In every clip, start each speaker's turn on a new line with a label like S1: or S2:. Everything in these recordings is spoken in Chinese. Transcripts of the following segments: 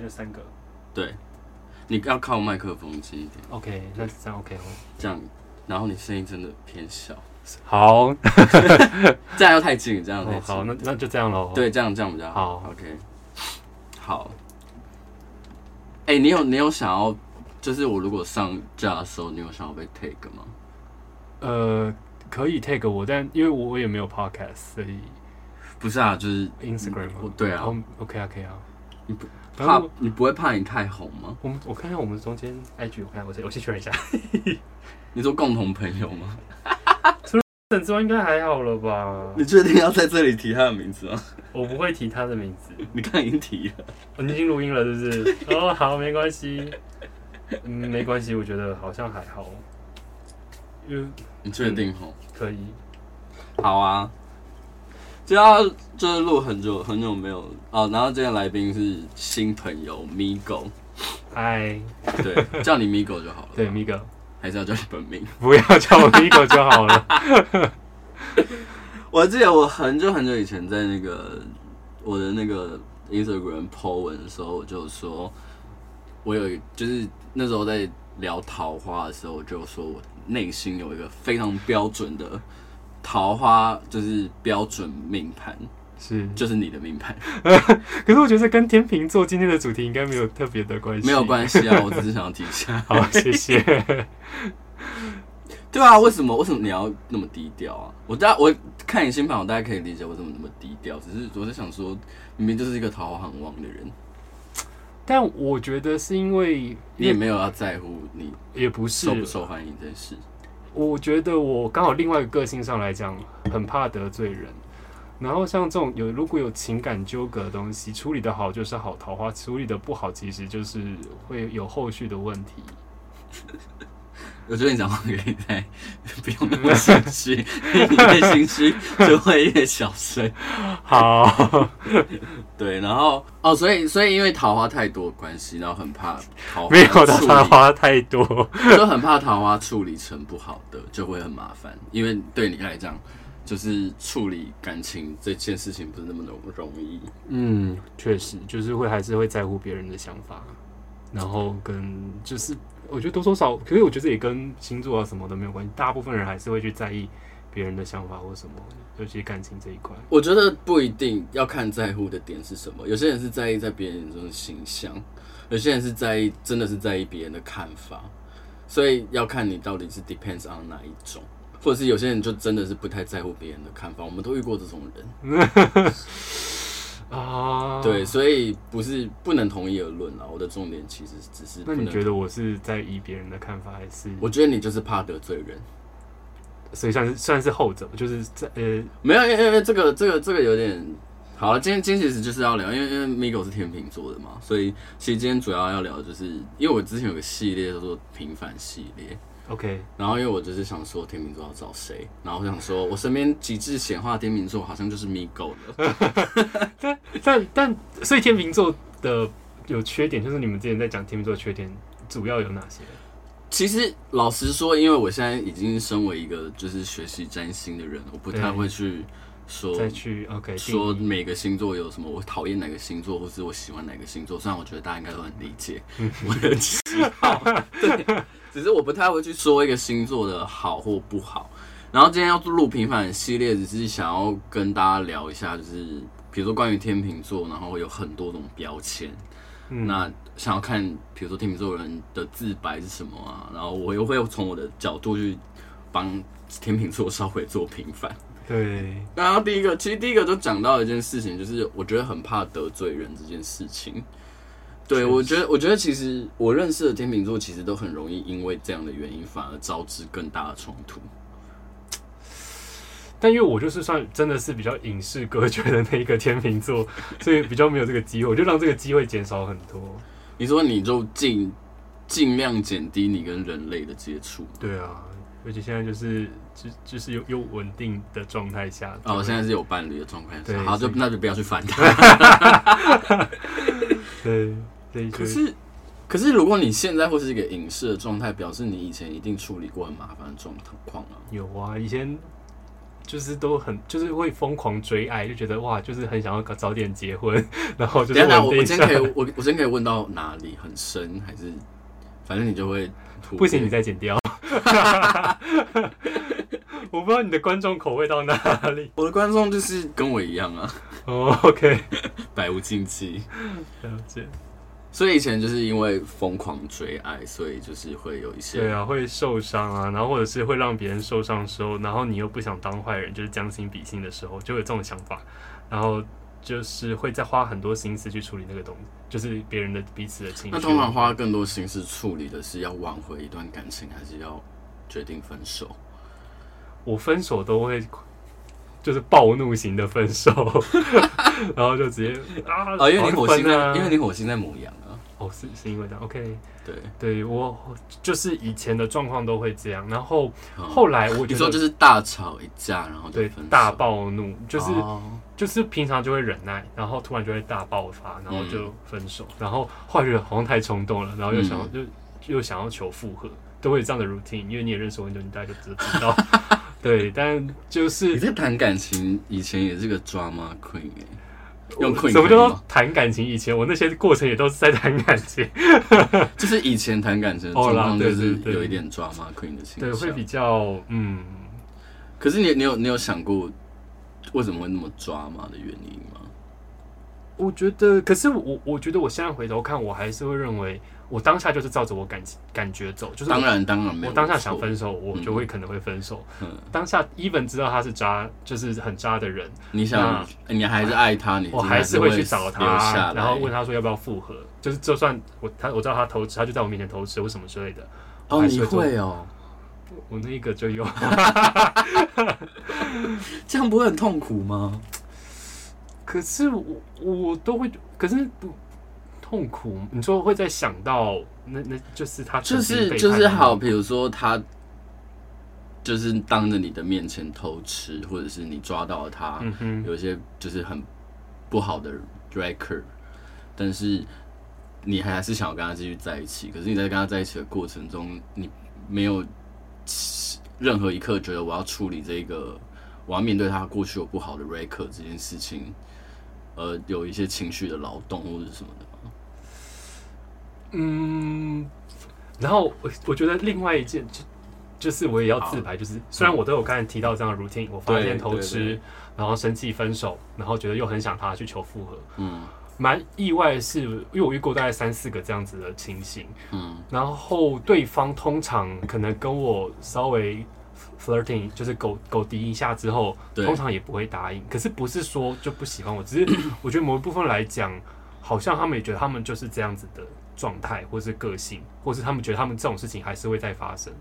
S1: 就三个。
S2: 对，你要靠麦克风近一点，
S1: OK，那这样 OK 哦。
S2: 这样，然后你声音真的偏小，
S1: 好，
S2: 这样又太近，这样又太
S1: 哦、
S2: 近。
S1: 好，那那就这样喽。，
S2: 对，这样这样比较好。
S1: 好
S2: OK，好。哎、你有你有想要，就是我如果上架的时候，你有想要被 take 吗？
S1: 呃，可以 take 我，但因为我我也没有 podcast，所以
S2: 不是啊，就是
S1: Instagram
S2: 我
S1: 吗？
S2: 对啊
S1: 哦，OK 啊，可以啊。
S2: 你不
S1: 反正
S2: 怕
S1: 我
S2: 你不会怕你太红吗？
S1: 我们我看看我们中间 IG，我看我先我先确认一下。
S2: 你说共同朋友吗？
S1: 沈之湾应该还好了吧？
S2: 你确定要在这里提他的名字吗？
S1: 我不会提他的名字。
S2: 你刚刚已经提了，
S1: 哦、你已经录音了，是不是？ 哦，好，没关系。嗯，没关系，我觉得好像还好，因为
S2: 你确定吼？
S1: 可以。
S2: 好啊，就要就是录很久很久没有哦，然后今天来宾是新朋友 Migo，
S1: 嗨，
S2: 对，叫你 Migo 就好了，
S1: 对，米哥，
S2: 还是要叫你本名？
S1: 不要叫我米哥就好了。
S2: 我记得我很久很久以前在那个我的那个 Instagram po 文的时候，我就说，我有一就是那时候在聊桃花的时候，我就说我内心有一个非常标准的桃花，就是标准命盘，
S1: 是，
S2: 就是你的命盘，
S1: 可是我觉得跟天秤座今天的主题应该没有特别的关系。
S2: 没有关系啊，我只是想要提一下。
S1: 好，谢 谢。
S2: 对啊，为什么为什么你要那么低调啊？我大我看你新盘，我大概可以理解为什么那么低调，只是我在想说，明明就是一个桃花很旺的人，
S1: 但我觉得是因为
S2: 你也没有要在乎你
S1: 也不是啊
S2: 受不受欢迎这件事。
S1: 我觉得我刚好另外一个个性上来讲，很怕得罪人。然后像这种有如果有情感纠葛的东西，处理的好就是好桃花，处理的不好其实就是会有后续的问题。
S2: 我觉得你讲话可以再 不用那么心虚， 你越心虚就会越小声。
S1: 好，
S2: 对，然后哦，所以所以因为桃花太多的关系，然后很怕桃花
S1: 没有
S2: 处理
S1: 桃花太多。
S2: 就很怕桃花处理成不好的，就会很麻烦，因为对你来讲，就是处理感情这件事情不是那么容容易。
S1: 嗯，确实就是会还是会在乎别人的想法，然后跟就是我觉得多多少，可是我觉得这也跟星座啊什么的没有关系，大部分人还是会去在意别人的想法或什么，尤其感情这一块。
S2: 我觉得不一定要看在乎的点是什么，有些人是在意在别人眼中的形象，有些人是在意真的是在意别人的看法，所以要看你到底是 depends on 哪一种，或者是有些人就真的是不太在乎别人的看法，我们都遇过这种人。
S1: 啊，
S2: 对，，所以不是不能同一而论啦。我的重点其实只是
S1: 那
S2: 不
S1: 你
S2: 能
S1: 觉得我是在意别人的看法，还是
S2: 我觉得你就是怕得罪人，
S1: 所以算是算是后者，就是在呃
S2: 没有，因为因为这个这个这个有点好了。今天今天其实就是要聊，因为因为 Migo 是天秤座的嘛，所以其实今天主要要聊的就是，因为我之前有个系列叫做平凡系列，
S1: ，OK，
S2: 然后因为我就是想说天秤座要找谁，然后我想说我身边极致显化天秤座好像就是 Migo 了，
S1: 但但但所以天秤座的有缺点，就是你们之前在讲天秤座的缺点主要有哪些？
S2: 其实老实说，因为我现在已经身为一个就是学习占星的人，我不太
S1: 对
S2: 会去说
S1: 再去 OK
S2: 说
S1: 定义
S2: 每个星座有什么，我讨厌哪个星座，或是我喜欢哪个星座。虽然我觉得大家应该都很理解
S1: 嗯
S2: 我的喜好， 对，只是我不太会去说一个星座的好或不好。然后今天要录平凡系列，只是想要跟大家聊一下，就是比如说关于天秤座，然后有很多种标签。
S1: 嗯
S2: 那想要看，比如说天秤座人的自白是什么啊？然后我又会从我的角度去帮天秤座稍微做平反。
S1: 对，
S2: 然后第一个，其实第一个就讲到一件事情，就是我觉得很怕得罪人这件事情。对，
S1: 确实
S2: 我觉得，我觉得其实我认识的天秤座其实都很容易因为这样的原因，反而招致更大的冲突。
S1: 但因为我就是算真的是比较影视隔绝的那一个天秤座， 所以比较没有这个机会，我就让这个机会减少很多。
S2: 你说你就尽尽量减低你跟人类的接触。
S1: 对啊，而且现在就是就就是有有稳定的状态下，
S2: 哦，我现在是有伴侣的状况
S1: 对
S2: 下，好，就
S1: 所以
S2: 那就不要去烦他。
S1: 对，对，
S2: 可是， 可是如果你现在会是一个影视的状态，表示你以前一定处理过很麻烦的状况啊。
S1: 有啊，以前就是都很就是会疯狂追爱，就觉得哇，就是很想要早点结婚， 然后就是
S2: 等一下，我
S1: 稳定
S2: 我
S1: 一
S2: 今
S1: 下
S2: 天可以，我我今天可以问到哪里？很深还是？反正你就会突
S1: 不行，
S2: 变
S1: 你再剪 掉。我不知道你的观众口味到哪里。
S2: 我的观众就是跟我一样啊，
S1: 哦、o k
S2: 百无禁忌。
S1: 了解。
S2: 所以以前就是因为疯狂追爱，所以就是会有一
S1: 对
S2: 些
S1: 啊，会受伤啊，然后或者是会让别人受伤的时候，然后你又不想当坏人，就是将心比心的时候，就有这种想法，然后就是会再花很多心思去处理那个东西，就是别人的彼此的情绪。
S2: 那通常花更多心思处理的是要挽回一段感情，还是要决定分手？
S1: 我分手都会就是暴怒型的分手， 然后就直接啊，
S2: 啊，因为你火星
S1: 分
S2: 在，
S1: 啊，
S2: 因为你火星在母羊啊。
S1: 哦是是因为这样，OK，
S2: 对，
S1: 对我就是以前的状况都会这样，然后
S2: 嗯
S1: 后来我
S2: 你
S1: 觉
S2: 说
S1: 得
S2: 就是大吵一架，然后就
S1: 对
S2: 分手，
S1: 大暴怒，就是。
S2: 哦
S1: 就是平常就会忍耐，然后突然就会大爆发，然
S2: 嗯
S1: 后就分手，然后后来觉得好像太冲动了，然后又想要、
S2: 嗯
S1: 就又想要求复合，都会有这样的 routine。因为你也认识我很久，你大概就知知 道。对，但就是
S2: 你在谈感情以前也是个 drama queen 哎、用 queen
S1: 什么
S2: 可
S1: 叫
S2: 以
S1: 做
S2: 吗
S1: 谈感情？以前我那些过程也都是在谈感 情，
S2: 就是以前谈感情的
S1: 哦
S2: 状
S1: 啦
S2: 况
S1: 对
S2: 就是
S1: 对对
S2: 有一点 drama queen 的倾
S1: 对，会
S2: 向
S1: 比。较嗯，
S2: 可是你你有你有想过为什么会那么 drama 的原因吗？
S1: 我觉得，可是我我觉得我现在回头看，我还是会认为我当下就是照着我感情感觉走，就是我
S2: 当然当然没有
S1: 我
S2: 错，
S1: 当下想分手，我就会可能会分手。
S2: 嗯
S1: 当下 even 知道他是渣，就是很渣的人，
S2: 你想哎你还是爱他，你
S1: 我还
S2: 还
S1: 是
S2: 会
S1: 会去找
S2: 留下
S1: 他，
S2: 来
S1: 然后问他说要不要复合。就是就算我他我知道他偷吃，他就在我面前偷吃或什么之类的，我
S2: 哦，
S1: 还是
S2: 你
S1: 会做
S2: 会哦，
S1: 我那个就有，
S2: 这样不会很痛苦吗？
S1: 可是我我都会，可是不痛苦。你说会在想到那那就是他曾
S2: 就
S1: 经
S2: 是
S1: 背叛
S2: 就是
S1: 的
S2: 好，
S1: 那
S2: 比如说他就是当着你的面前偷吃，或者是你抓到了他，
S1: 嗯哼，
S2: 有一些就是很不好的 record，但是你还是想要跟他继续在一起。可是你在跟他在一起的过程中，你没有任何一刻觉得我要处理这个，我要面对他过去有不好的 record 这件事情，呃，有一些情绪的劳动或者是什么的吗。
S1: 嗯。然后我我觉得另外一件就就是我也要自白，就是虽然我都有刚才提到这样的 routine，我发
S2: 对
S1: 现偷
S2: 对
S1: 吃，然后生气分手，然后觉得又很想他去求复合，
S2: 嗯
S1: 蛮意外的是，因为我遇过大概三四个这样子的情形，
S2: 嗯
S1: 然后对方通常可能跟我稍微 flirting，就是狗狗敌一下之后，
S2: 对
S1: 通常也不会答应。可是不是说就不喜欢我，只是 我觉得某一部分来讲，好像他们也觉得他们就是这样子的状态，或是个性，或是他们觉得他们这种事情还是会再发生。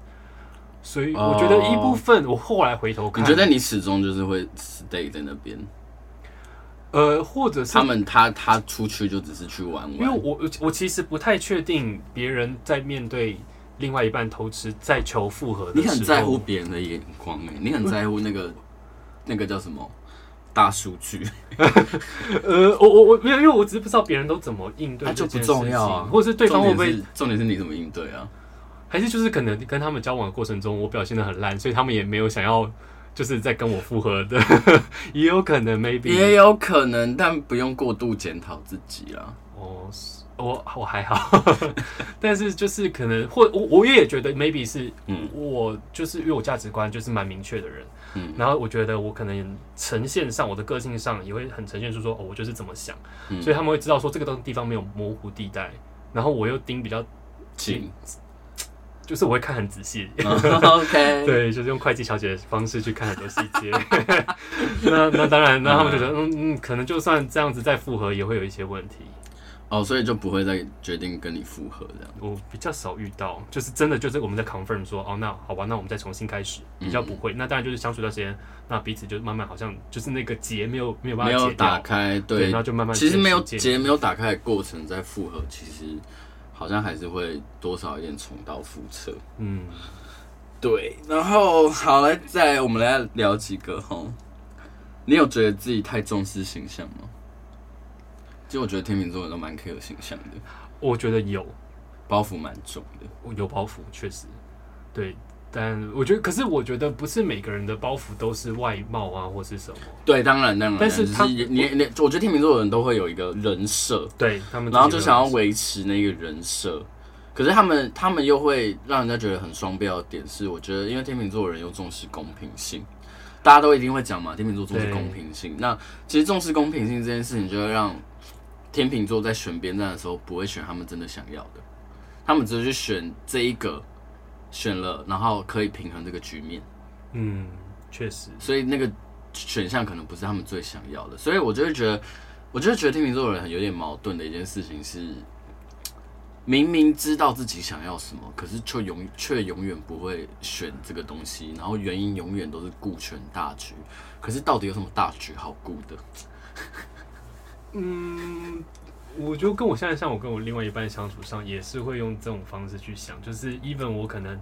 S1: 所以我觉得一部分，我后来回头看，
S2: 哦你觉得你始终就是会 stay 在那边？
S1: 呃，或者是
S2: 他们他他出去就只是去玩玩，
S1: 因为我我其实不太确定别人在面对另外一半偷吃在求复合的时候，
S2: 你很在乎别人的眼光哎、你很在乎 那个那个叫什么大数据，
S1: 呃，我我我没有，因为我只是不知道别人都怎么应对
S2: 那
S1: 这
S2: 就不
S1: 件事情，
S2: 重要啊。
S1: 或者是对方会不
S2: 重
S1: 会
S2: 点是重点是你怎么应对啊？
S1: 还是就是可能跟他们交往的过程中，我表现的很烂，所以他们也没有想要就是在跟我复合的， 也有可能 maybe
S2: 也有可能，但不用过度检讨自己啦。
S1: 哦。是我我还好， 但是就是可能或我我也觉得 maybe 是
S2: 嗯
S1: 我就是因为我价值观就是蛮明确的人，
S2: 嗯
S1: 然后我觉得我可能呈现上我的个性上也会很呈现出说哦我就是怎么想，
S2: 嗯
S1: 所以他们会知道说这个东地方没有模糊地带，然后我又盯比较
S2: 请
S1: 就是我会看很仔细，
S2: 嗯 OK，，
S1: 对，就是用会计小姐的方式去看很多细节。 那那当然，那他们觉得嗯嗯，可能就算这样子再复合也会有一些问题。
S2: 哦，所以就不会再决定跟你复合这样。
S1: 我比较少遇到，就是真的就是我们在 confirm 说，哦，那好吧，那我们再重新开始，
S2: 嗯
S1: 比较不会。那当然就是相处一段时间，那彼此就慢慢好像就是那个结没有没有办
S2: 没
S1: 法
S2: 有
S1: 解
S2: 打
S1: 掉，
S2: 开，
S1: 对，
S2: 对
S1: 然，后就慢慢
S2: 其实没有
S1: 渐行渐
S2: 结没有打开的过程再复合，其实好像还是会多少有点重蹈覆辙。
S1: 嗯，
S2: 对，然后好来，再来我们来聊几个哈。你有觉得自己太重视形象吗？其实我觉得天秤座人都蛮 care 形象的，
S1: 我觉得有
S2: 包袱蛮重的。
S1: 有包袱，确实，对。但我觉得，可是我觉得不是每个人的包袱都是外貌啊，或是什么。
S2: 对，当然当然，
S1: 但是
S2: 就
S1: 他
S2: 你你，我觉得天秤座的人都会有一个人设，
S1: 对他们，
S2: 然后就想要，维持那个人设。可是他们，他们又会让人家觉得很双标的点是，我觉得因为天秤座的人又重视公平性，大家都一定会讲嘛，天秤座重视
S1: 对
S2: 公平性。那其实重视公平性这件事情，就会让天秤座在选边站的时候不会选他们真的想要的，他们只是去选这一个，选了然后可以平衡这个局面。
S1: 嗯，确实，
S2: 所以那个选项可能不是他们最想要的，所以我就会觉得，我就会觉得天秤座的人很有点矛盾的一件事情是，明明知道自己想要什么，可是却永却永远不会选这个东西，然后原因永远都是顾全大局，可是到底有什么大局好顾的？
S1: 嗯，我就跟我现在像我跟我另外一半相处上，也是会用这种方式去想，就是 even 我可能。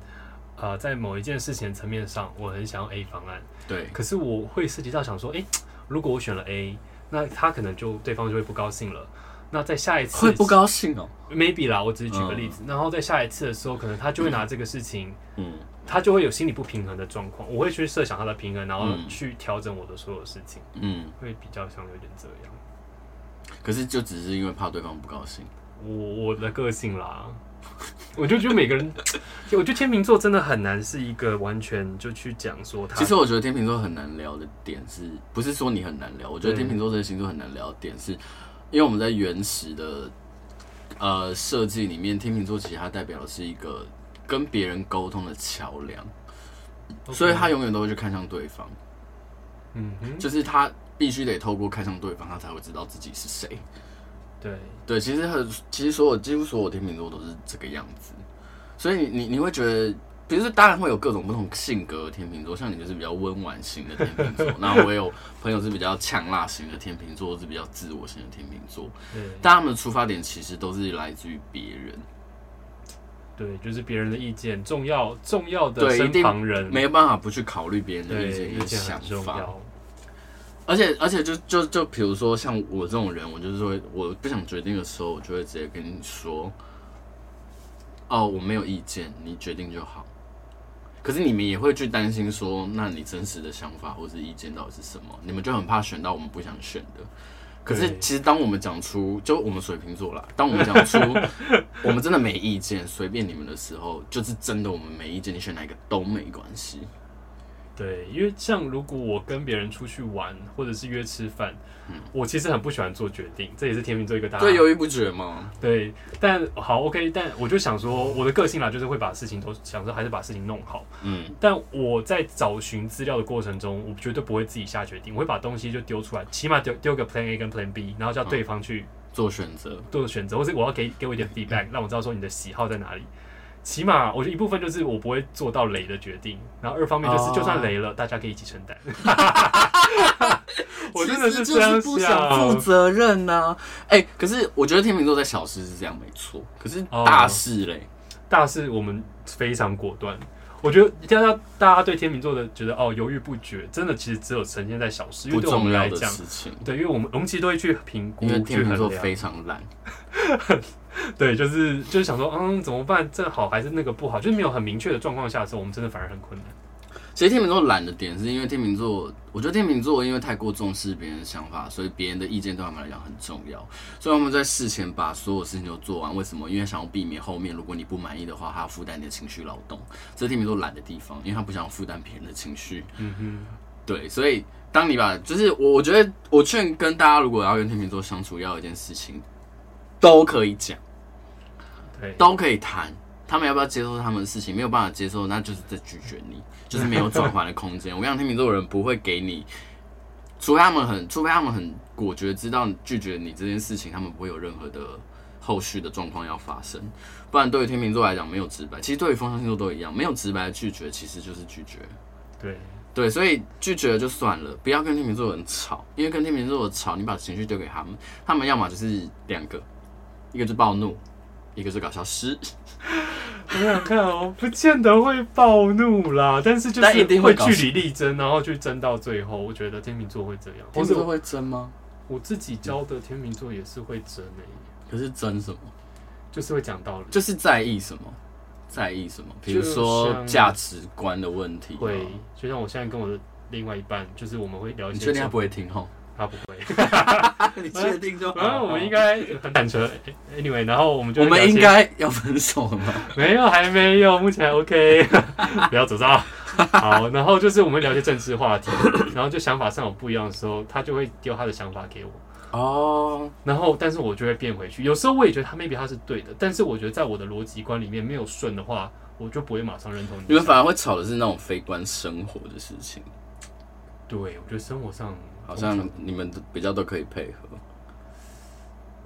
S1: 呃，在某一件事情的层面上，我很想要 A 方案，
S2: 对
S1: 可是我会涉及到想说，诶，如果我选了 A，那他可能就对方就会不高兴了。那在下一次
S2: 会不高嗯兴哦、
S1: maybe 啦，我只是举个例子。然后在下一次的时候，可能他就会拿这个事情，
S2: 嗯，
S1: 他就会有心理不平衡的状况。我会去设想他的平衡，然后
S2: 嗯
S1: 去调整我的所有事情，
S2: 嗯，
S1: 会比较像有点这样。
S2: 可是就只是因为怕对方不高兴，
S1: 我我的个性啦， 我就觉得每个人，我觉得天秤座真的很难是一个完全就去讲说他
S2: 其实我觉得天秤座很难聊的点是，不是说你很难聊？我觉得天秤座这个星座很难聊的点是，因为我们在原始的呃设计里面，天秤座其实它代表的是一个跟别人沟通的桥梁，所以他永远都会去看向对方，
S1: 嗯哼，
S2: 就是他必须得透过看向对方，他才会知道自己是谁。
S1: 对，
S2: 对，其实很，其实所有几乎所有天秤座都是这个样子，所以你你你会觉得，比如说当然会有各种不同性格的天秤座，像你就是比较温婉型的天秤 座，那我也有朋友是比较呛辣型的天秤座，是比较自我型的天秤座，
S1: 对
S2: 但他们的出发点其实都是来自于别人，
S1: 对，就是别人的意见重要重要的
S2: 对一
S1: 身
S2: 定
S1: 旁人
S2: 没有办法不去考虑别人的
S1: 对
S2: 意见
S1: 意
S2: 与
S1: 见
S2: 想
S1: 很重
S2: 法，
S1: 要，
S2: 而且而且就就就比如说像我这种人，我就是会我不想决定的时候，我就会直接跟你说，哦，我没有意见，你决定就好。可是你们也会去担心说，那你真实的想法或是意见到底是什么？你们就很怕选到我们不想选的。可是
S1: 对
S2: 其实当我们讲出，就我们水瓶座啦，当我们讲出我们真的没意见，随便你们的时候，就是真的我们没意见，你选哪一个都没关系。
S1: 对，因为像如果我跟别人出去玩，或者是约吃饭，我其实很不喜欢做决定，这也是天秤座一个大
S2: 嗯对，犹豫不决嘛。
S1: 对但好 OK，但我就想说，我的个性啦，就是会把事情都想说还是把事情弄好。
S2: 嗯，
S1: 但我在找寻资料的过程中，我绝对不会自己下决定，我会把东西就丢出来，起码丢丢个 Plan A 跟 Plan B，然后叫
S2: 嗯
S1: 对方去
S2: 做选择。
S1: 做选择，或是我要给给我一点
S2: 嗯
S1: feedback，让我知道说你的喜好在哪里。起码我觉得一部分就是我不会做到雷的决定，然后二方面就是
S2: 哦
S1: 就算雷了，大家可以一起 承担。我真的
S2: 其实
S1: 这
S2: 就是
S1: 样
S2: 不想负
S1: 想，
S2: 责任呐、哎、可是我觉得天秤座在小事是这样没错，可是
S1: 哦
S2: 大事嘞，
S1: 大事我们非常果断。我觉得大家大家对天秤座的觉得哦犹豫不决，真的其实只有呈现在小事，因
S2: 不
S1: 为对我
S2: 重
S1: 们
S2: 要
S1: 来
S2: 的
S1: 讲，
S2: 事情，
S1: 对，因为我们我们其实都会去评估
S2: 因为
S1: 去
S2: 天秤座
S1: 衡量。
S2: 非常懒。
S1: 对，就是就是想说，嗯，怎么办？这好还是那个不好？就是没有很明确的状况下的时候，我们真的反而很困难。
S2: 其实天秤座懒的点是因为天秤座，我觉得天秤座因为太过重视别人的想法，所以别人的意见对他们来讲很重要，所以他们在事前把所有事情都做完。为什么？因为想要避免后面如果你不满意的话，他要负担你的情绪劳动，这是天秤座懒的地方，因为他不想负担别人的情绪。
S1: 嗯哼。
S2: 对，所以当你把就是我，我觉得我劝跟大家，如果要跟天秤座相处，要有一件事情都可以讲，
S1: 对，
S2: 都可以谈。他们要不要接受他们的事情？没有办法接受，那就是在拒绝你，就是没有转换的空间。我跟你讲天秤座的人不会给你，除非他们很，除非他们很果决知道拒绝你这件事情，他们不会有任何的后续的状况要发生。不然对于天秤座来讲，没有直白，其实对于风象星座都一样，没有直白的拒绝其实就是拒绝。
S1: 对，
S2: 对，所以拒绝了就算了，不要跟天秤座的人吵，因为跟天秤座的吵，你把情绪丢给他们，他们要么就是两个，一个就是暴怒，一个是搞消失，
S1: 我想看哦，不见得会暴怒啦，但是就
S2: 但
S1: 是
S2: 一定会
S1: 会
S2: 搞
S1: 据理力争，然后去争到最后。我觉得天秤座会这样，或者
S2: 会争吗？
S1: 我自己教的天秤座也是会争诶、
S2: 可是争什么？
S1: 就是会讲道理，
S2: 就是在意什么？在意什么，比
S1: 就
S2: 如说
S1: 像
S2: 价值观的问题、啊
S1: 会，就像我现在跟我的另外一半，就是我们会聊一
S2: 哦你
S1: 些
S2: 确定他哦
S1: 生
S2: 不会听吼？
S1: 他不 会，
S2: 你确定 就好
S1: 然啊后我们应该很坦诚。Anyway，然后我们就
S2: 哦我
S1: 会聊
S2: 们
S1: 一
S2: 应
S1: 些
S2: 该要分手了吗？
S1: 没有，还没有，目前还 OK，不 要走糟。好，然后就是我们聊一些政治话题，然后就想法上有不一样的时候，他就会丢他的想法给我，
S2: 哦，
S1: 然后但是我就会变回去。有时候我也觉得他 maybe 他是对的，但是我觉得在我的逻辑观里面没有顺的话，我就不会马上认同你
S2: 你
S1: 的
S2: 们
S1: 想法。
S2: 反而会吵的是那种非关生活的事情，
S1: 对，我觉得生活上
S2: 好像你们都比较都可以配合。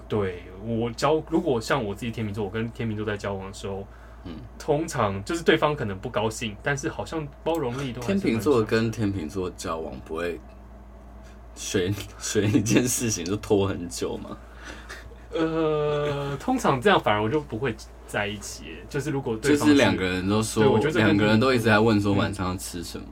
S1: 对我交，如果像我自己天秤座，我跟天秤座在交往的时候，
S2: 嗯
S1: 通常就是对方可能不高兴，但是好像包容力都还是
S2: 天秤座
S1: 蛮强
S2: 跟天秤座交往不会选 选一件事情就拖很久吗？
S1: 呃，通常这样反而我就不会在一起，就是如果对
S2: 就
S1: 方
S2: 是两个人都
S1: 对
S2: 说
S1: 我觉得，这个嗯
S2: 两个人都一直在问说晚上要吃什么。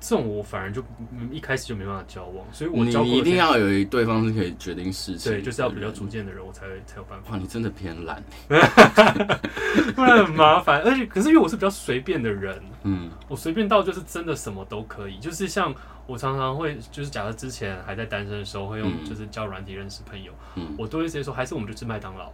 S1: 这种，我反而就嗯一开始就没办法交往，所以我
S2: 你
S1: 交过的
S2: 你一定
S1: 天
S2: 要有一对方是嗯可以决定事情的
S1: 对，
S2: 人，
S1: 就是要比较逐渐的人，我才会才有办法，
S2: 哇，你真的偏懒。欸
S1: 不然很麻烦。而且可是因为我是比较随便的人，
S2: 嗯，
S1: 我随便到就是真的什么都可以，就是像我常常会就是假设之前还在单身的时候会用
S2: 嗯
S1: 就是交友软体认识朋友，
S2: 嗯
S1: 我都会直接说还是我们就吃麦当劳。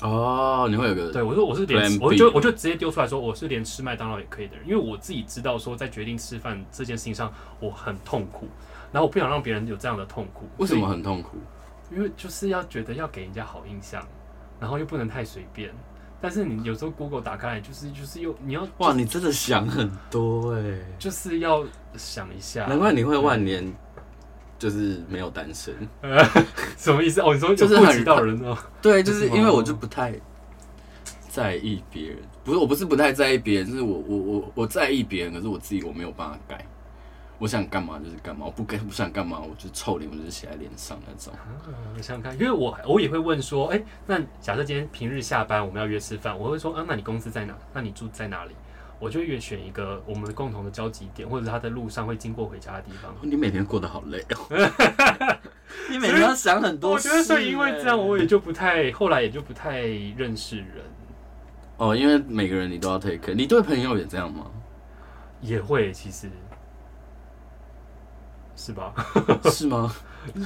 S2: 哦，你会有个
S1: 对，我说我是连
S2: Plan，B
S1: 我就我就直接丢出来说我是连吃麦当劳也可以的人，因为我自己知道说在决定吃饭这件事情上我很痛苦，然后我不想让别人有这样的痛苦。
S2: 为什么？很痛苦？
S1: 因为就是要觉得要给人家好印象，然后又不能太随便。但是你有时候 Google 打开来，就是就是又你要
S2: 哇，你真的想很多哎、
S1: 就是要想一下，
S2: 难怪你会
S1: 嗯
S2: 万年就是没有单身。
S1: 什么意思？哦，你说有
S2: 就是
S1: 顾
S2: 很
S1: 及到人哦，
S2: 对，就是因为
S1: 哦
S2: 我就不太在意别人，不是我不是不太在意别人，就是我我我我在意别人，可是我自己我没有办法改。我想干嘛就是干嘛，我不该不想干嘛，我就臭脸我就是写在脸上那种。
S1: 嗯我想想看，因为我我也会问说，哎、那假设今天平日下班我们要约吃饭，我会说，啊，那你公司在哪？那你住在哪里？我就越选一个我们共同的交集点，或者是他在路上会经过回家的地方。
S2: 你每天过得好累哦， 你每天要想很多
S1: 我
S2: 事
S1: 觉
S2: 欸、
S1: 得是因为这样，我也就不太，后来也就不太认识人，
S2: 哦，因为每个人你都要 take，care 你对朋友也这样吗？
S1: 也会其实， 是吧？
S2: 是 吗？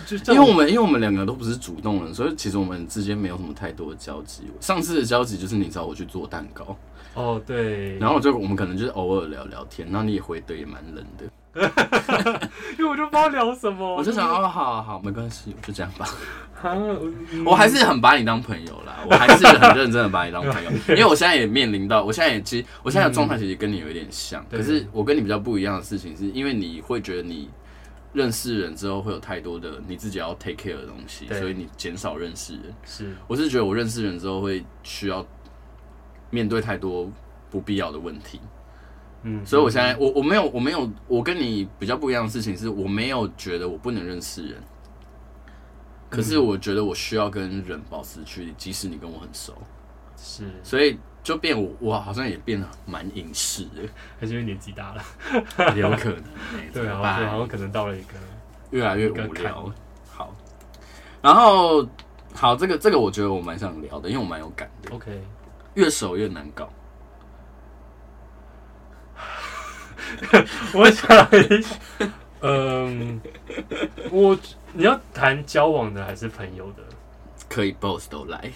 S1: 就这
S2: 因为
S1: 样
S2: 我们因为我们两个都不是主动人，所以其实我们之间没有什么太多的交集。上次的交集就是你找我去做蛋糕，
S1: 哦，对，
S2: 然后我就我们可能就是偶尔聊聊天，然后你也回怼也蛮冷的，
S1: 因为我就不知道聊什么，
S2: 我就想哦，好好没关系，就这样吧。
S1: 啊，嗯
S2: 我还是很把你当朋友啦， 我还是很认真的把你当朋友，因为我现在也面临到，我现在也其实我现在的状态其实跟你有一点像，
S1: 对
S2: 可是我跟你比较不一样的事情，是因为你会觉得你。认识人之后会有太多的你自己要 take care 的东西，
S1: 对
S2: 所以你减少认识人。
S1: 是
S2: 我是觉得我认识人之后会需要面对太多不必要的问题，
S1: 嗯，
S2: 所以我现在我我没有我没有我跟你比较不一样的事情是我没有觉得我不能认识人，可
S1: 嗯
S2: 是我觉得我需要跟人保持距离，即使你跟我很熟，
S1: 是，
S2: 所以就变我我好像也变得蛮隐士的，
S1: 还是因为年纪大了，
S2: 有可 能、欸
S1: 对啊，我觉得好像可能到了一个。
S2: 越来越
S1: 一
S2: 无
S1: 个坎
S2: 聊。好，然后好这个这个我觉得我蛮想聊的，因为我蛮有感的，
S1: OK，
S2: 越熟越难搞。
S1: 我想一下，嗯，我你要谈交往的还是朋友的？
S2: 可以 both 都来，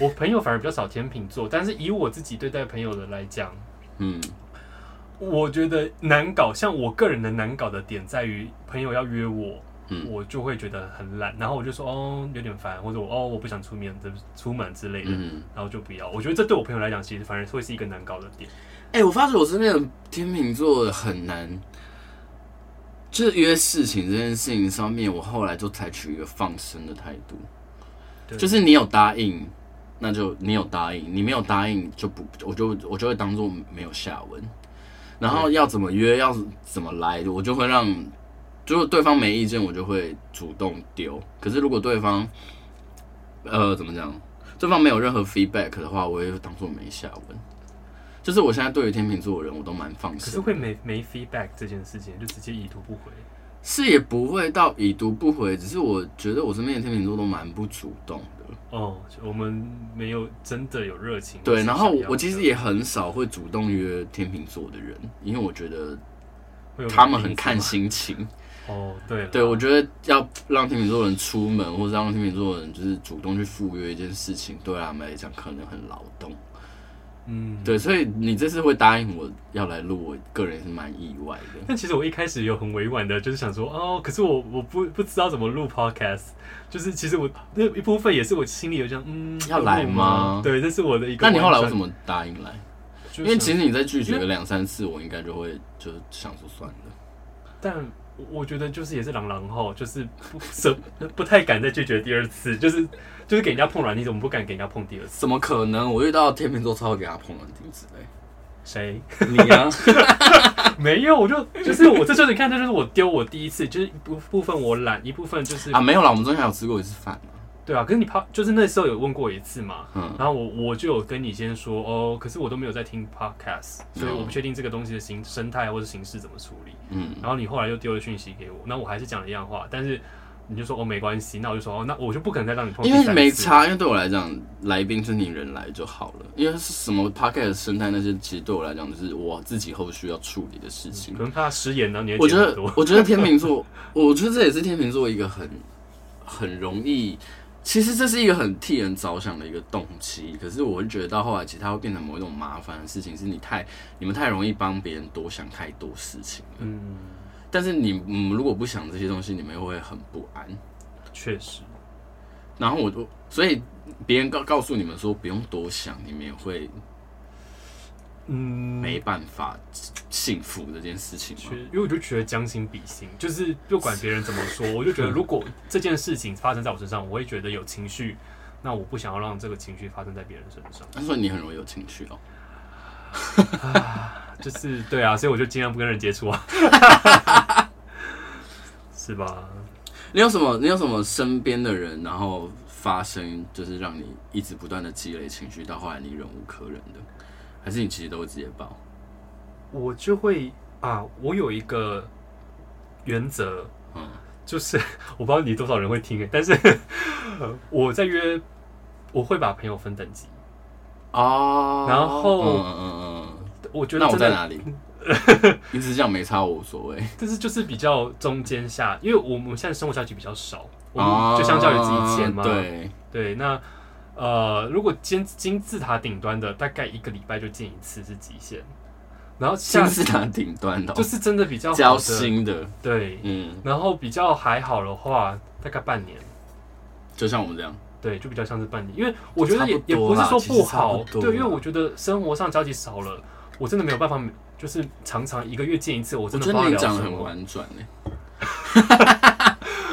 S1: 我朋友反而比较少天秤座，但是以我自己对待朋友的来讲，
S2: 嗯，
S1: 我觉得难搞。像我个人的难搞的点在于，朋友要约我，
S2: 嗯
S1: 我就会觉得很懒，然后我就说哦有点烦，或者我哦我不想出面，这出门之类的，
S2: 嗯
S1: 然后就不要。我觉得这对我朋友来讲，其实反而会是一个难搞的点。
S2: 哎、我发觉我身边的天秤座很难，就是约事情这件事情上面，我后来就采取一个放生的态度，
S1: 对
S2: 就是你有答应，那就你有答应，你没有答应就不，我就我就会当做没有下文。然后要怎么约，要怎么来，我就会让，如果对方没意见，我就会主动丢。可是如果对方，呃，怎么讲，对方没有任何 feedback 的话，我也会当做没下文。就是我现在对于天秤座的人，我都蛮放
S1: 可是
S2: 心。
S1: 会没没 feedback 这件事情，就直接已读不回。
S2: 是也不会到已读不回，只是我觉得我身边的天秤座都蛮不主动的。
S1: 哦，就我们没有真的有热情。
S2: 对，然后
S1: 或是想要
S2: 我其实也很少会主动约天秤座的人，因为我觉得
S1: 会有
S2: 他们很看
S1: 意思
S2: 心情。
S1: 吗。哦，对啦
S2: 对，我觉得要让天秤座的人出门，或者让天秤座的人就是主动去赴约一件事情，对他们来讲可能很劳动。
S1: 嗯，
S2: 对，所以你这次会答应我要来录，我个人也是蛮意外的。
S1: 但其实我一开始有很委婉的，就是想说，哦，可是我我不不知道怎么录 podcast，就是其实我那一部分也是我心里有想，嗯，
S2: 要来
S1: 录
S2: 吗
S1: 对，这是我的一个
S2: 那
S1: 完整。
S2: 你后来为什么答应来？
S1: 就
S2: 因
S1: 是？
S2: 为其实你再拒绝
S1: 因
S2: 个两三次，我应该就会就想说算了。
S1: 但我我觉得就是也是朗朗后，就是不舍不太敢再拒绝第二次，就是就是给人家碰软，你怎么不敢给人家碰第二次？
S2: 怎么可能？我遇到天秤座超会给他碰软钉子嘞。
S1: 谁？
S2: 你 啊，
S1: 没有，我就就是我，这就是你看，这就是我丢我第一次，就是一部部分我懒，一部分就是、
S2: 啊没有啦，我们中间还有吃过一次饭啊。
S1: 对啊。可是你怕，就是那时候有问过一次嘛，
S2: 嗯，
S1: 然后我我就有跟你先说哦，可是我都没有在听 podcast，所以我不确定这个东西的形生态或者形式怎么处理。
S2: 嗯，
S1: 然后你后来又丢了讯息给我，那我还是讲了一样话，但是你就说哦没关系，那我就说哦那我就不可能再让你碰第
S2: 因
S1: 三
S2: 为
S1: 次，
S2: 没差，因为对我来讲，来宾就是你人来就好了。因为是什么 podcast 生态那些，其实对我来讲就是我自己后续要处理的事情
S1: 可。能怕失言呢，你会
S2: 我觉
S1: 得很嗯
S2: 得
S1: 多，
S2: 我觉得天秤座，我觉得这也是天秤座一个很很容易，其实这是一个很替人着想的一个动机。可是我会觉得到后来，其实它会变成某一种麻烦的事情，是你太你们太容易帮别人多想太多事情了。
S1: 嗯，
S2: 但是你嗯，如果不想这些东西，你们又会很不安。
S1: 确实，
S2: 然后我就，所以别人告告诉你们说不用多想，你们也会
S1: 嗯，
S2: 没办法幸福这件事情
S1: 确
S2: 吗？
S1: 因为我就觉得将心比心，就是不管别人怎么说，我就 觉得如果这件事情发生在我身上，我会觉得有情绪，那我不想要让这个情绪发生在别人身上。
S2: 他说你很容易有情绪哦，
S1: 就是对啊，所以我就尽量不跟人接触啊， 是吧？
S2: 你有什么？你有什么身边的人，然后发生就是让你一直不断的积累情绪，到后来你忍无可忍的，还是你其实都会直接爆？
S1: 我就会啊，我有一个原则，
S2: 嗯
S1: 就是我不知道你多少人会听欸，但是 我在约，我会把朋友分等级。
S2: 哦
S1: 然后
S2: 嗯嗯嗯
S1: 我觉
S2: 嗯，
S1: 得
S2: 那我
S1: 真
S2: 在
S1: 的
S2: 哪里？你只是这样没差，我无所谓。
S1: 但是就是比较中间下，因为我们现在生活下去比较少，我
S2: 哦
S1: 们就相较于之前嘛，
S2: 对，
S1: 对那呃，如果金金字塔顶端的，大概一个礼拜就见一次是极限，然后
S2: 金
S1: 下
S2: 字塔顶端的哦，
S1: 就是真的比较好
S2: 交
S1: 的，
S2: 心的，
S1: 对，
S2: 嗯，
S1: 然后比较还好的话，大概半年。
S2: 就像我们这样。
S1: 对，就比较像是半年，因为我觉得也
S2: 差不
S1: 也
S2: 多
S1: 不是
S2: 啦
S1: 说
S2: 其实
S1: 不
S2: 差不
S1: 好，
S2: 多
S1: 对，因为我觉得生活上交集少了，我真的没有办法每，就是常常一个月见一次，我
S2: 我
S1: 真的
S2: 觉
S1: 不知道
S2: 得你
S1: 聊
S2: 讲
S1: 什
S2: 的很
S1: 么。
S2: 婉转欸诶、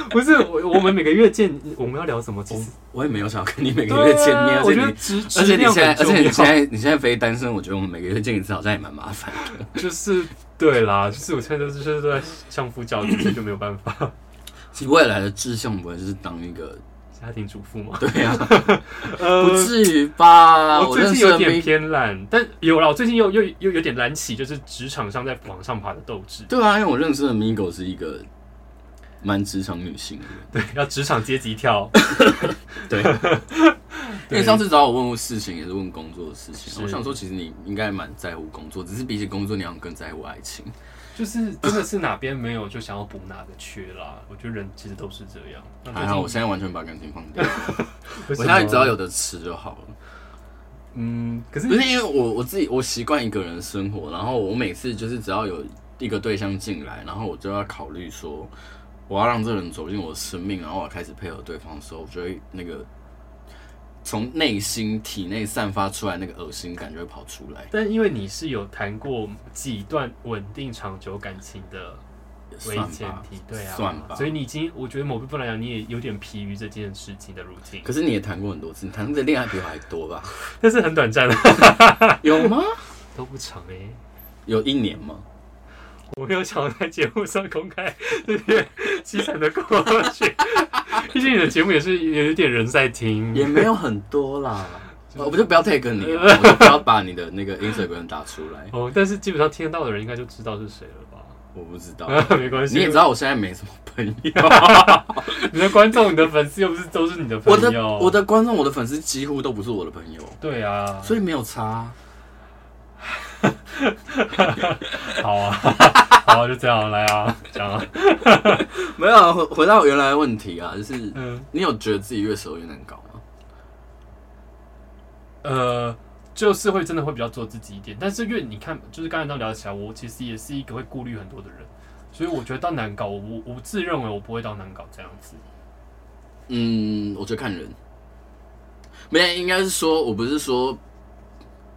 S1: 不是我，我们每个月见，我们要聊什么？其实
S2: 我也没有想要跟你每个
S1: 对
S2: 月见面，
S1: 啊
S2: 而
S1: 我
S2: 且
S1: 觉得
S2: 你，
S1: 直
S2: 而且
S1: 质
S2: 你
S1: 量
S2: 现
S1: 很
S2: 在，而
S1: 重
S2: 且
S1: 要
S2: 你现在，你现在非单身，我觉得我们每个月见一次好像也蛮麻烦的。
S1: 就是对啦，就是我现在都是都在相夫教子，所以就没有办法
S2: 其实未来的志向不会是当一个，
S1: 家庭主妇嘛。
S2: 对呀、
S1: 呃
S2: 不至于吧？
S1: 我最
S2: 认
S1: 近
S2: 识
S1: 有
S2: 的
S1: 点
S2: 每
S1: 偏懒，但有啦，我最近又又又有点燃起，就是职场上在往上爬的斗志。
S2: 对啊，因为我认识的 Migo 是一个蛮职场女性的人。
S1: 对，要职场阶级 跳。
S2: 对，因
S1: 对
S2: 为上次找我问事情也是问工作的事情，
S1: 是
S2: 我想说，其实你应该蛮在乎工作，只是比起工作，你好像更在乎爱情。
S1: 就是真的是哪边没有就想要补哪个缺啦。我觉得人其实都是这样。那最
S2: 还
S1: 近
S2: 好，我现在完全把感情放掉，
S1: 为
S2: 我
S1: 什
S2: 现
S1: 么
S2: 在只要有的吃就好了。
S1: 嗯，可是
S2: 不是因为我我自己我习惯一个人生活，然后我每次就是只要有一个对象进来，然后我就要考虑说，我要让这个人走进我的生命，然后我开始配合对方的时候，我就会那个从内心体内散发出来那个恶心感就会跑出来，
S1: 但因为你是有谈过几段稳定长久感情的为
S2: 算
S1: 前
S2: 吧
S1: 提，对啊，
S2: 算吧
S1: 所。以你已经我觉得某部分来讲，你也有点疲于这件事情的 routine，
S2: 可是你也谈过很多次，你谈的恋爱比我还多吧？
S1: 但是很短暂 的，
S2: 有 吗？
S1: 都不长哎、
S2: 有一年吗？
S1: 我没有想要在节目上公开这些凄惨的过 去，毕竟你的节目也是有一点人在听，
S2: 也没有很多啦。哦我 就不要 take 你 了，我就不要把你的那个 Instagram 打出来。
S1: 哦，但是基本上听得到的人应该就知道是谁了吧？
S2: 我不知 道，
S1: 没关系。
S2: 你也知道我现在 没什么朋友，
S1: 你的观众、你的粉丝又不是都是你的朋
S2: 我
S1: 友。
S2: 的我的观众、我的粉丝几乎都不是我的朋友，
S1: 对啊，
S2: 所以没有差啊。
S1: 好啊，好啊就这样来啊，讲啊，
S2: 没有啊回回到原来的问题啊，就是
S1: 嗯
S2: 你有觉得自己越熟越难搞吗？
S1: 呃，就是会真的会比较做自己一点，但是因为你看，就是刚才那样聊起来，我其实也是一个会顾虑很多的人，所以我觉得到难搞，我我我自认为我不会到难搞这样子。
S2: 嗯，我觉得看人，没应该是说我不是说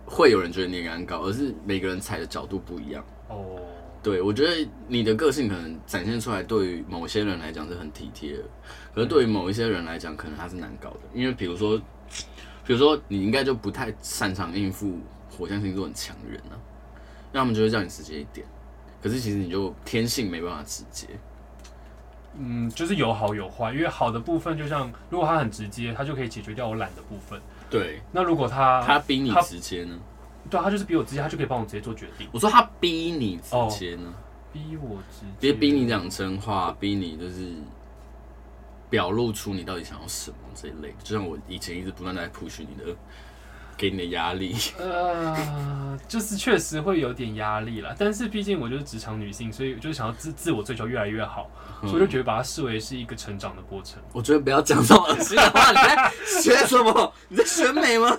S2: 会有人觉得你很难搞，而是每个人踩的角度不一样。
S1: 哦，
S2: 对，我觉得你的个性可能展现出来，对于某些人来讲是很体贴的，可是对于某一些人来讲，可能他是难搞的。因为比如说，比如说你应该就不太擅长应付火象星座很强的人啊，那他们就会叫你直接一点。可是其实你就天性没办法直接，
S1: 嗯，就是有好有坏，因为好的部分就像如果他很直接，他就可以解决掉我懒的部分。
S2: 对
S1: 那如果他
S2: 他逼你
S1: 他
S2: 直接呢？
S1: 对他就是比我直接，他就可以帮我直接做决定，
S2: 我说他逼你直接呢，
S1: 逼我直接，
S2: 别逼你讲真话，逼你就是表露出你到底想要什么这一类。就像我以前一直不断地在 push 你的，给你的压力。
S1: 呃，就是确实会有点压力啦，但是毕竟我就是职场女性，所以就是想要自自我追求越来越好，所以我就觉得把它视为是一个成长的过程。
S2: 我觉得不要讲这种恶心的话，你在学什么？ 你在选美吗？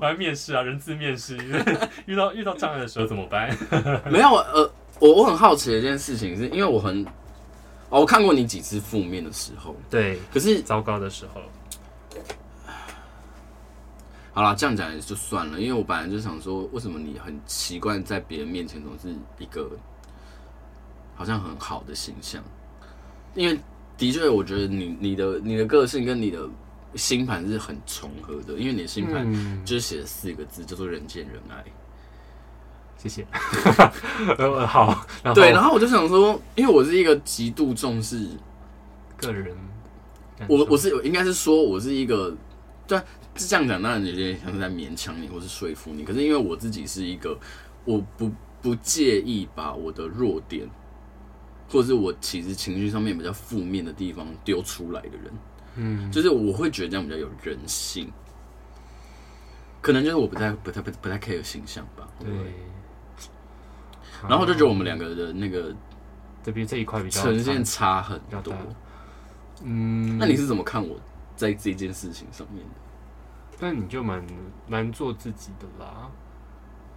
S1: 我还面试啊，人资面试， 遇到遇到障碍的时候怎么办？
S2: 没有，呃，我我很好奇的一件事情是，因为我很，哦，我看过你几次负面的时候，
S1: 对，
S2: 可是
S1: 糟糕的时候，
S2: 好啦，这样讲也就算了，因为我本来就想说，为什么你很习惯在别人面前总是一个好像很好的形象？因为的确，我觉得你你的你的个性跟你的星盘是很重合的，因为你的星盘
S1: 嗯，
S2: 就是写了四个字，叫做人见人爱。
S1: 谢谢。 呃，好，然后
S2: 对，然后我就想说，因为我是一个极度重视
S1: 个人感受，
S2: 我，我是应该是说我是一个，对啊，是这样讲，当然有点像是在勉强你或是说服你。可是因为我自己是一个，我不不介意把我的弱点，或者是我其实情绪上面比较负面的地方丢出来的人，
S1: 嗯，
S2: 就是我会觉得这样比较有人性。可能就是我不太不太不太不太 care 形象吧，
S1: 对。
S2: 然后我就觉得我们两个的那个
S1: 这边这一块比较
S2: 呈现差很
S1: 比较
S2: 多
S1: 大。嗯，
S2: 那你是怎么看我在这件事情上面的？
S1: 那你就蛮蛮做自己的啦，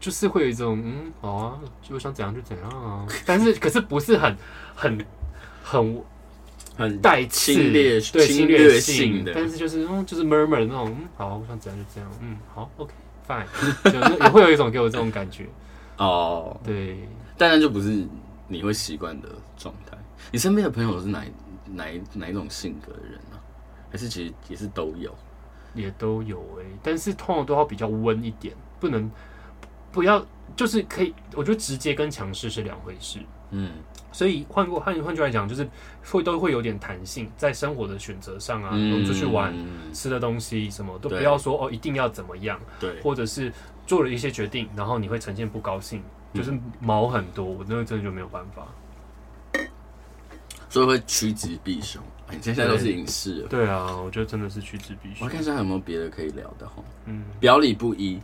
S1: 就是会有一种嗯，好啊，就想怎样就怎样啊，但是可是不是很很很
S2: 很
S1: 带刺
S2: 侵略、
S1: 对
S2: 侵
S1: 略
S2: 性的，
S1: 但是就是嗯，就是 murmur 的那种，嗯，好，我想怎样就怎样，嗯，好，OK。fine，就是也会有一种给我这种感 觉，
S2: 哦，
S1: 对，
S2: 但那就不是你会习惯的状态。你身边的朋友是哪一哪一哪一种性格的人呢、还是其实也是都有？
S1: 也都有诶、但是通常都要比较温一点，不能不要就是可以，我觉得直接跟强势是两回事，
S2: 嗯
S1: 所以换过换换句来讲，就是会都会有点弹性，在生活的选择上啊，我们出去玩、
S2: 嗯
S1: 吃的东西什么都
S2: 对
S1: 不要说哦，一定要怎么样，
S2: 对，
S1: 或者是做了一些决定，然后你会呈现不高兴，
S2: 嗯
S1: 就是毛很多，我那个真的就没有办法。
S2: 所以会趋吉避凶。哎，你现在都是影视了，
S1: 对啊，我觉得真的是趋之必
S2: 我
S1: 须
S2: 要。看一下还有没有别的可以聊的哈。
S1: 嗯，
S2: 表里不一，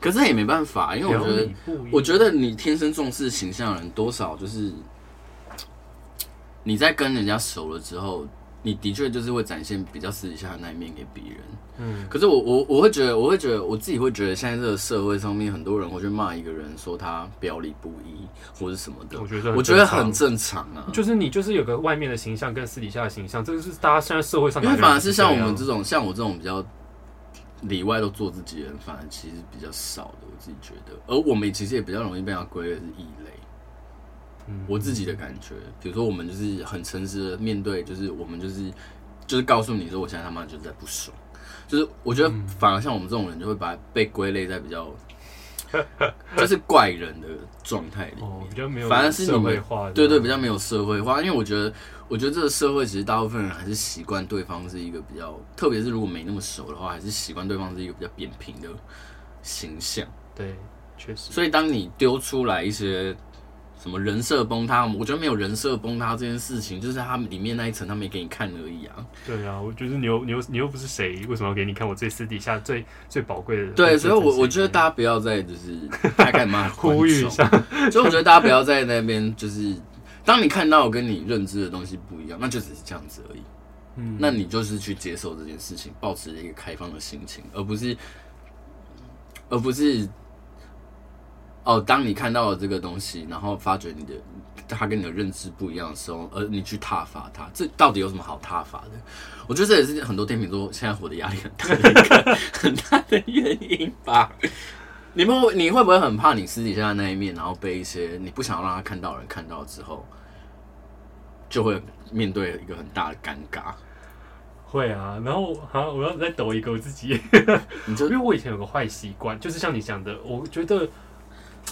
S2: 可是也没办法，因为我觉得我觉
S1: 得
S2: 得你天生重视形象的人，多少就是你在跟人家熟了之后，你的确就是会展现比较私底下的那一面给别人。
S1: 嗯
S2: 可是我我我会觉得，我会觉得我自己会觉得，现在这个社会上面很多人会去骂一个人，说他表里不一或者什么的，
S1: 我觉得很
S2: 我觉得
S1: 正常
S2: 很正常啊。
S1: 就是你就是有个外面的形象跟私底下的形象，这个是大家现在社会上
S2: 因
S1: 哪
S2: 为
S1: 个人
S2: 反而是像我
S1: 这样
S2: 们这种，像我这种比较里外都做自己的人，反而其实比较少的，我自己觉得。而我们其实也比较容易被他归类是异类。
S1: 嗯
S2: 我自己的感觉，比如说我们就是很诚实的面对，就是我们就是就是告诉你说，我现在他妈就是在不爽。就是我觉得
S1: 嗯
S2: 反而像我们这种人，就会把被归类在比较 就是怪人的状态里
S1: 哦
S2: 面。
S1: 比较没有
S2: 反而是你
S1: 社
S2: 们
S1: 会化的，
S2: 啊对对，比较没有社会化，因为我觉得，我觉得这个社会其实大部分人还是习惯对方是一个比较，特别是如果没那么熟的话，还是习惯对方是一个比较扁平的形象。
S1: 对，确实，
S2: 所以当你丢出来一些什么人设崩塌，我觉得没有人设崩塌这件事情，就是他们里面那一层他没给你看而已啊。
S1: 对啊，我觉得你又你又你又不是谁，为什么要给你看我最私底下最最宝贵的？
S2: 对，所以我我觉得大家不要再就是大概骂
S1: 呼吁一下，
S2: 所以我觉得大家不要在那边就是，当你看到跟你认知的东西不一样，那就只是这样子而已。
S1: 嗯，
S2: 那你就是去接受这件事情，保持一个开放的心情，而不是，而不是，哦，当你看到了这个东西，然后发觉你的它跟你的认知不一样的时候，而你去挞伐它，这到底有什么好挞伐的？我觉得这也是很多天秤座现在活的压力很大的一个 很大的原因吧。你们会你会不会很怕你私底下的那一面，然后被一些你不想让他看到的人看到之后，就会面对一个很大的尴尬？
S1: 会啊。然后啊，我要再抖一个我自己，
S2: 你就
S1: 因为我以前有个坏习惯，就是像你讲的，我觉得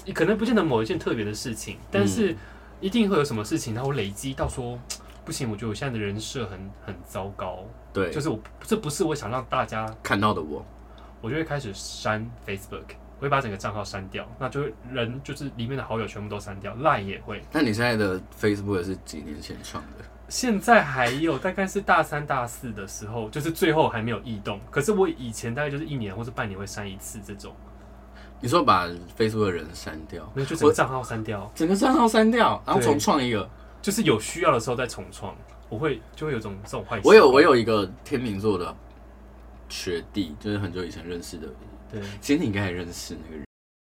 S1: 嘖可能不见得某一件特别的事情，但
S2: 嗯
S1: 是一定会有什么事情，然后累积到说。嘖不行，我觉得我现在的人设很很糟糕，
S2: 对，
S1: 就是我这不是我想让大家
S2: 看到的我，
S1: 我就会开始删 Facebook，我会把整个账号删掉，那就会人就是里面的好友全部都删掉，Line 也会。
S2: 那你现在的 Facebook 是几年前创的？
S1: 现在还有，大概是大三大四的时候，就是最后还没有异动。可是我以前大概就是一年或是半年会删一次这种，
S2: 你说把 Facebook 的人删掉，
S1: 没有就整
S2: 我
S1: 个账号删掉，
S2: 整个账号删掉，然后
S1: 对
S2: 重创一个。
S1: 就是有需要的时候再重创。我会就会有种这种坏习惯。
S2: 我有我有一个天秤座的学弟，就是很久以前认识的，
S1: 对
S2: 其实你应该也认识那个人，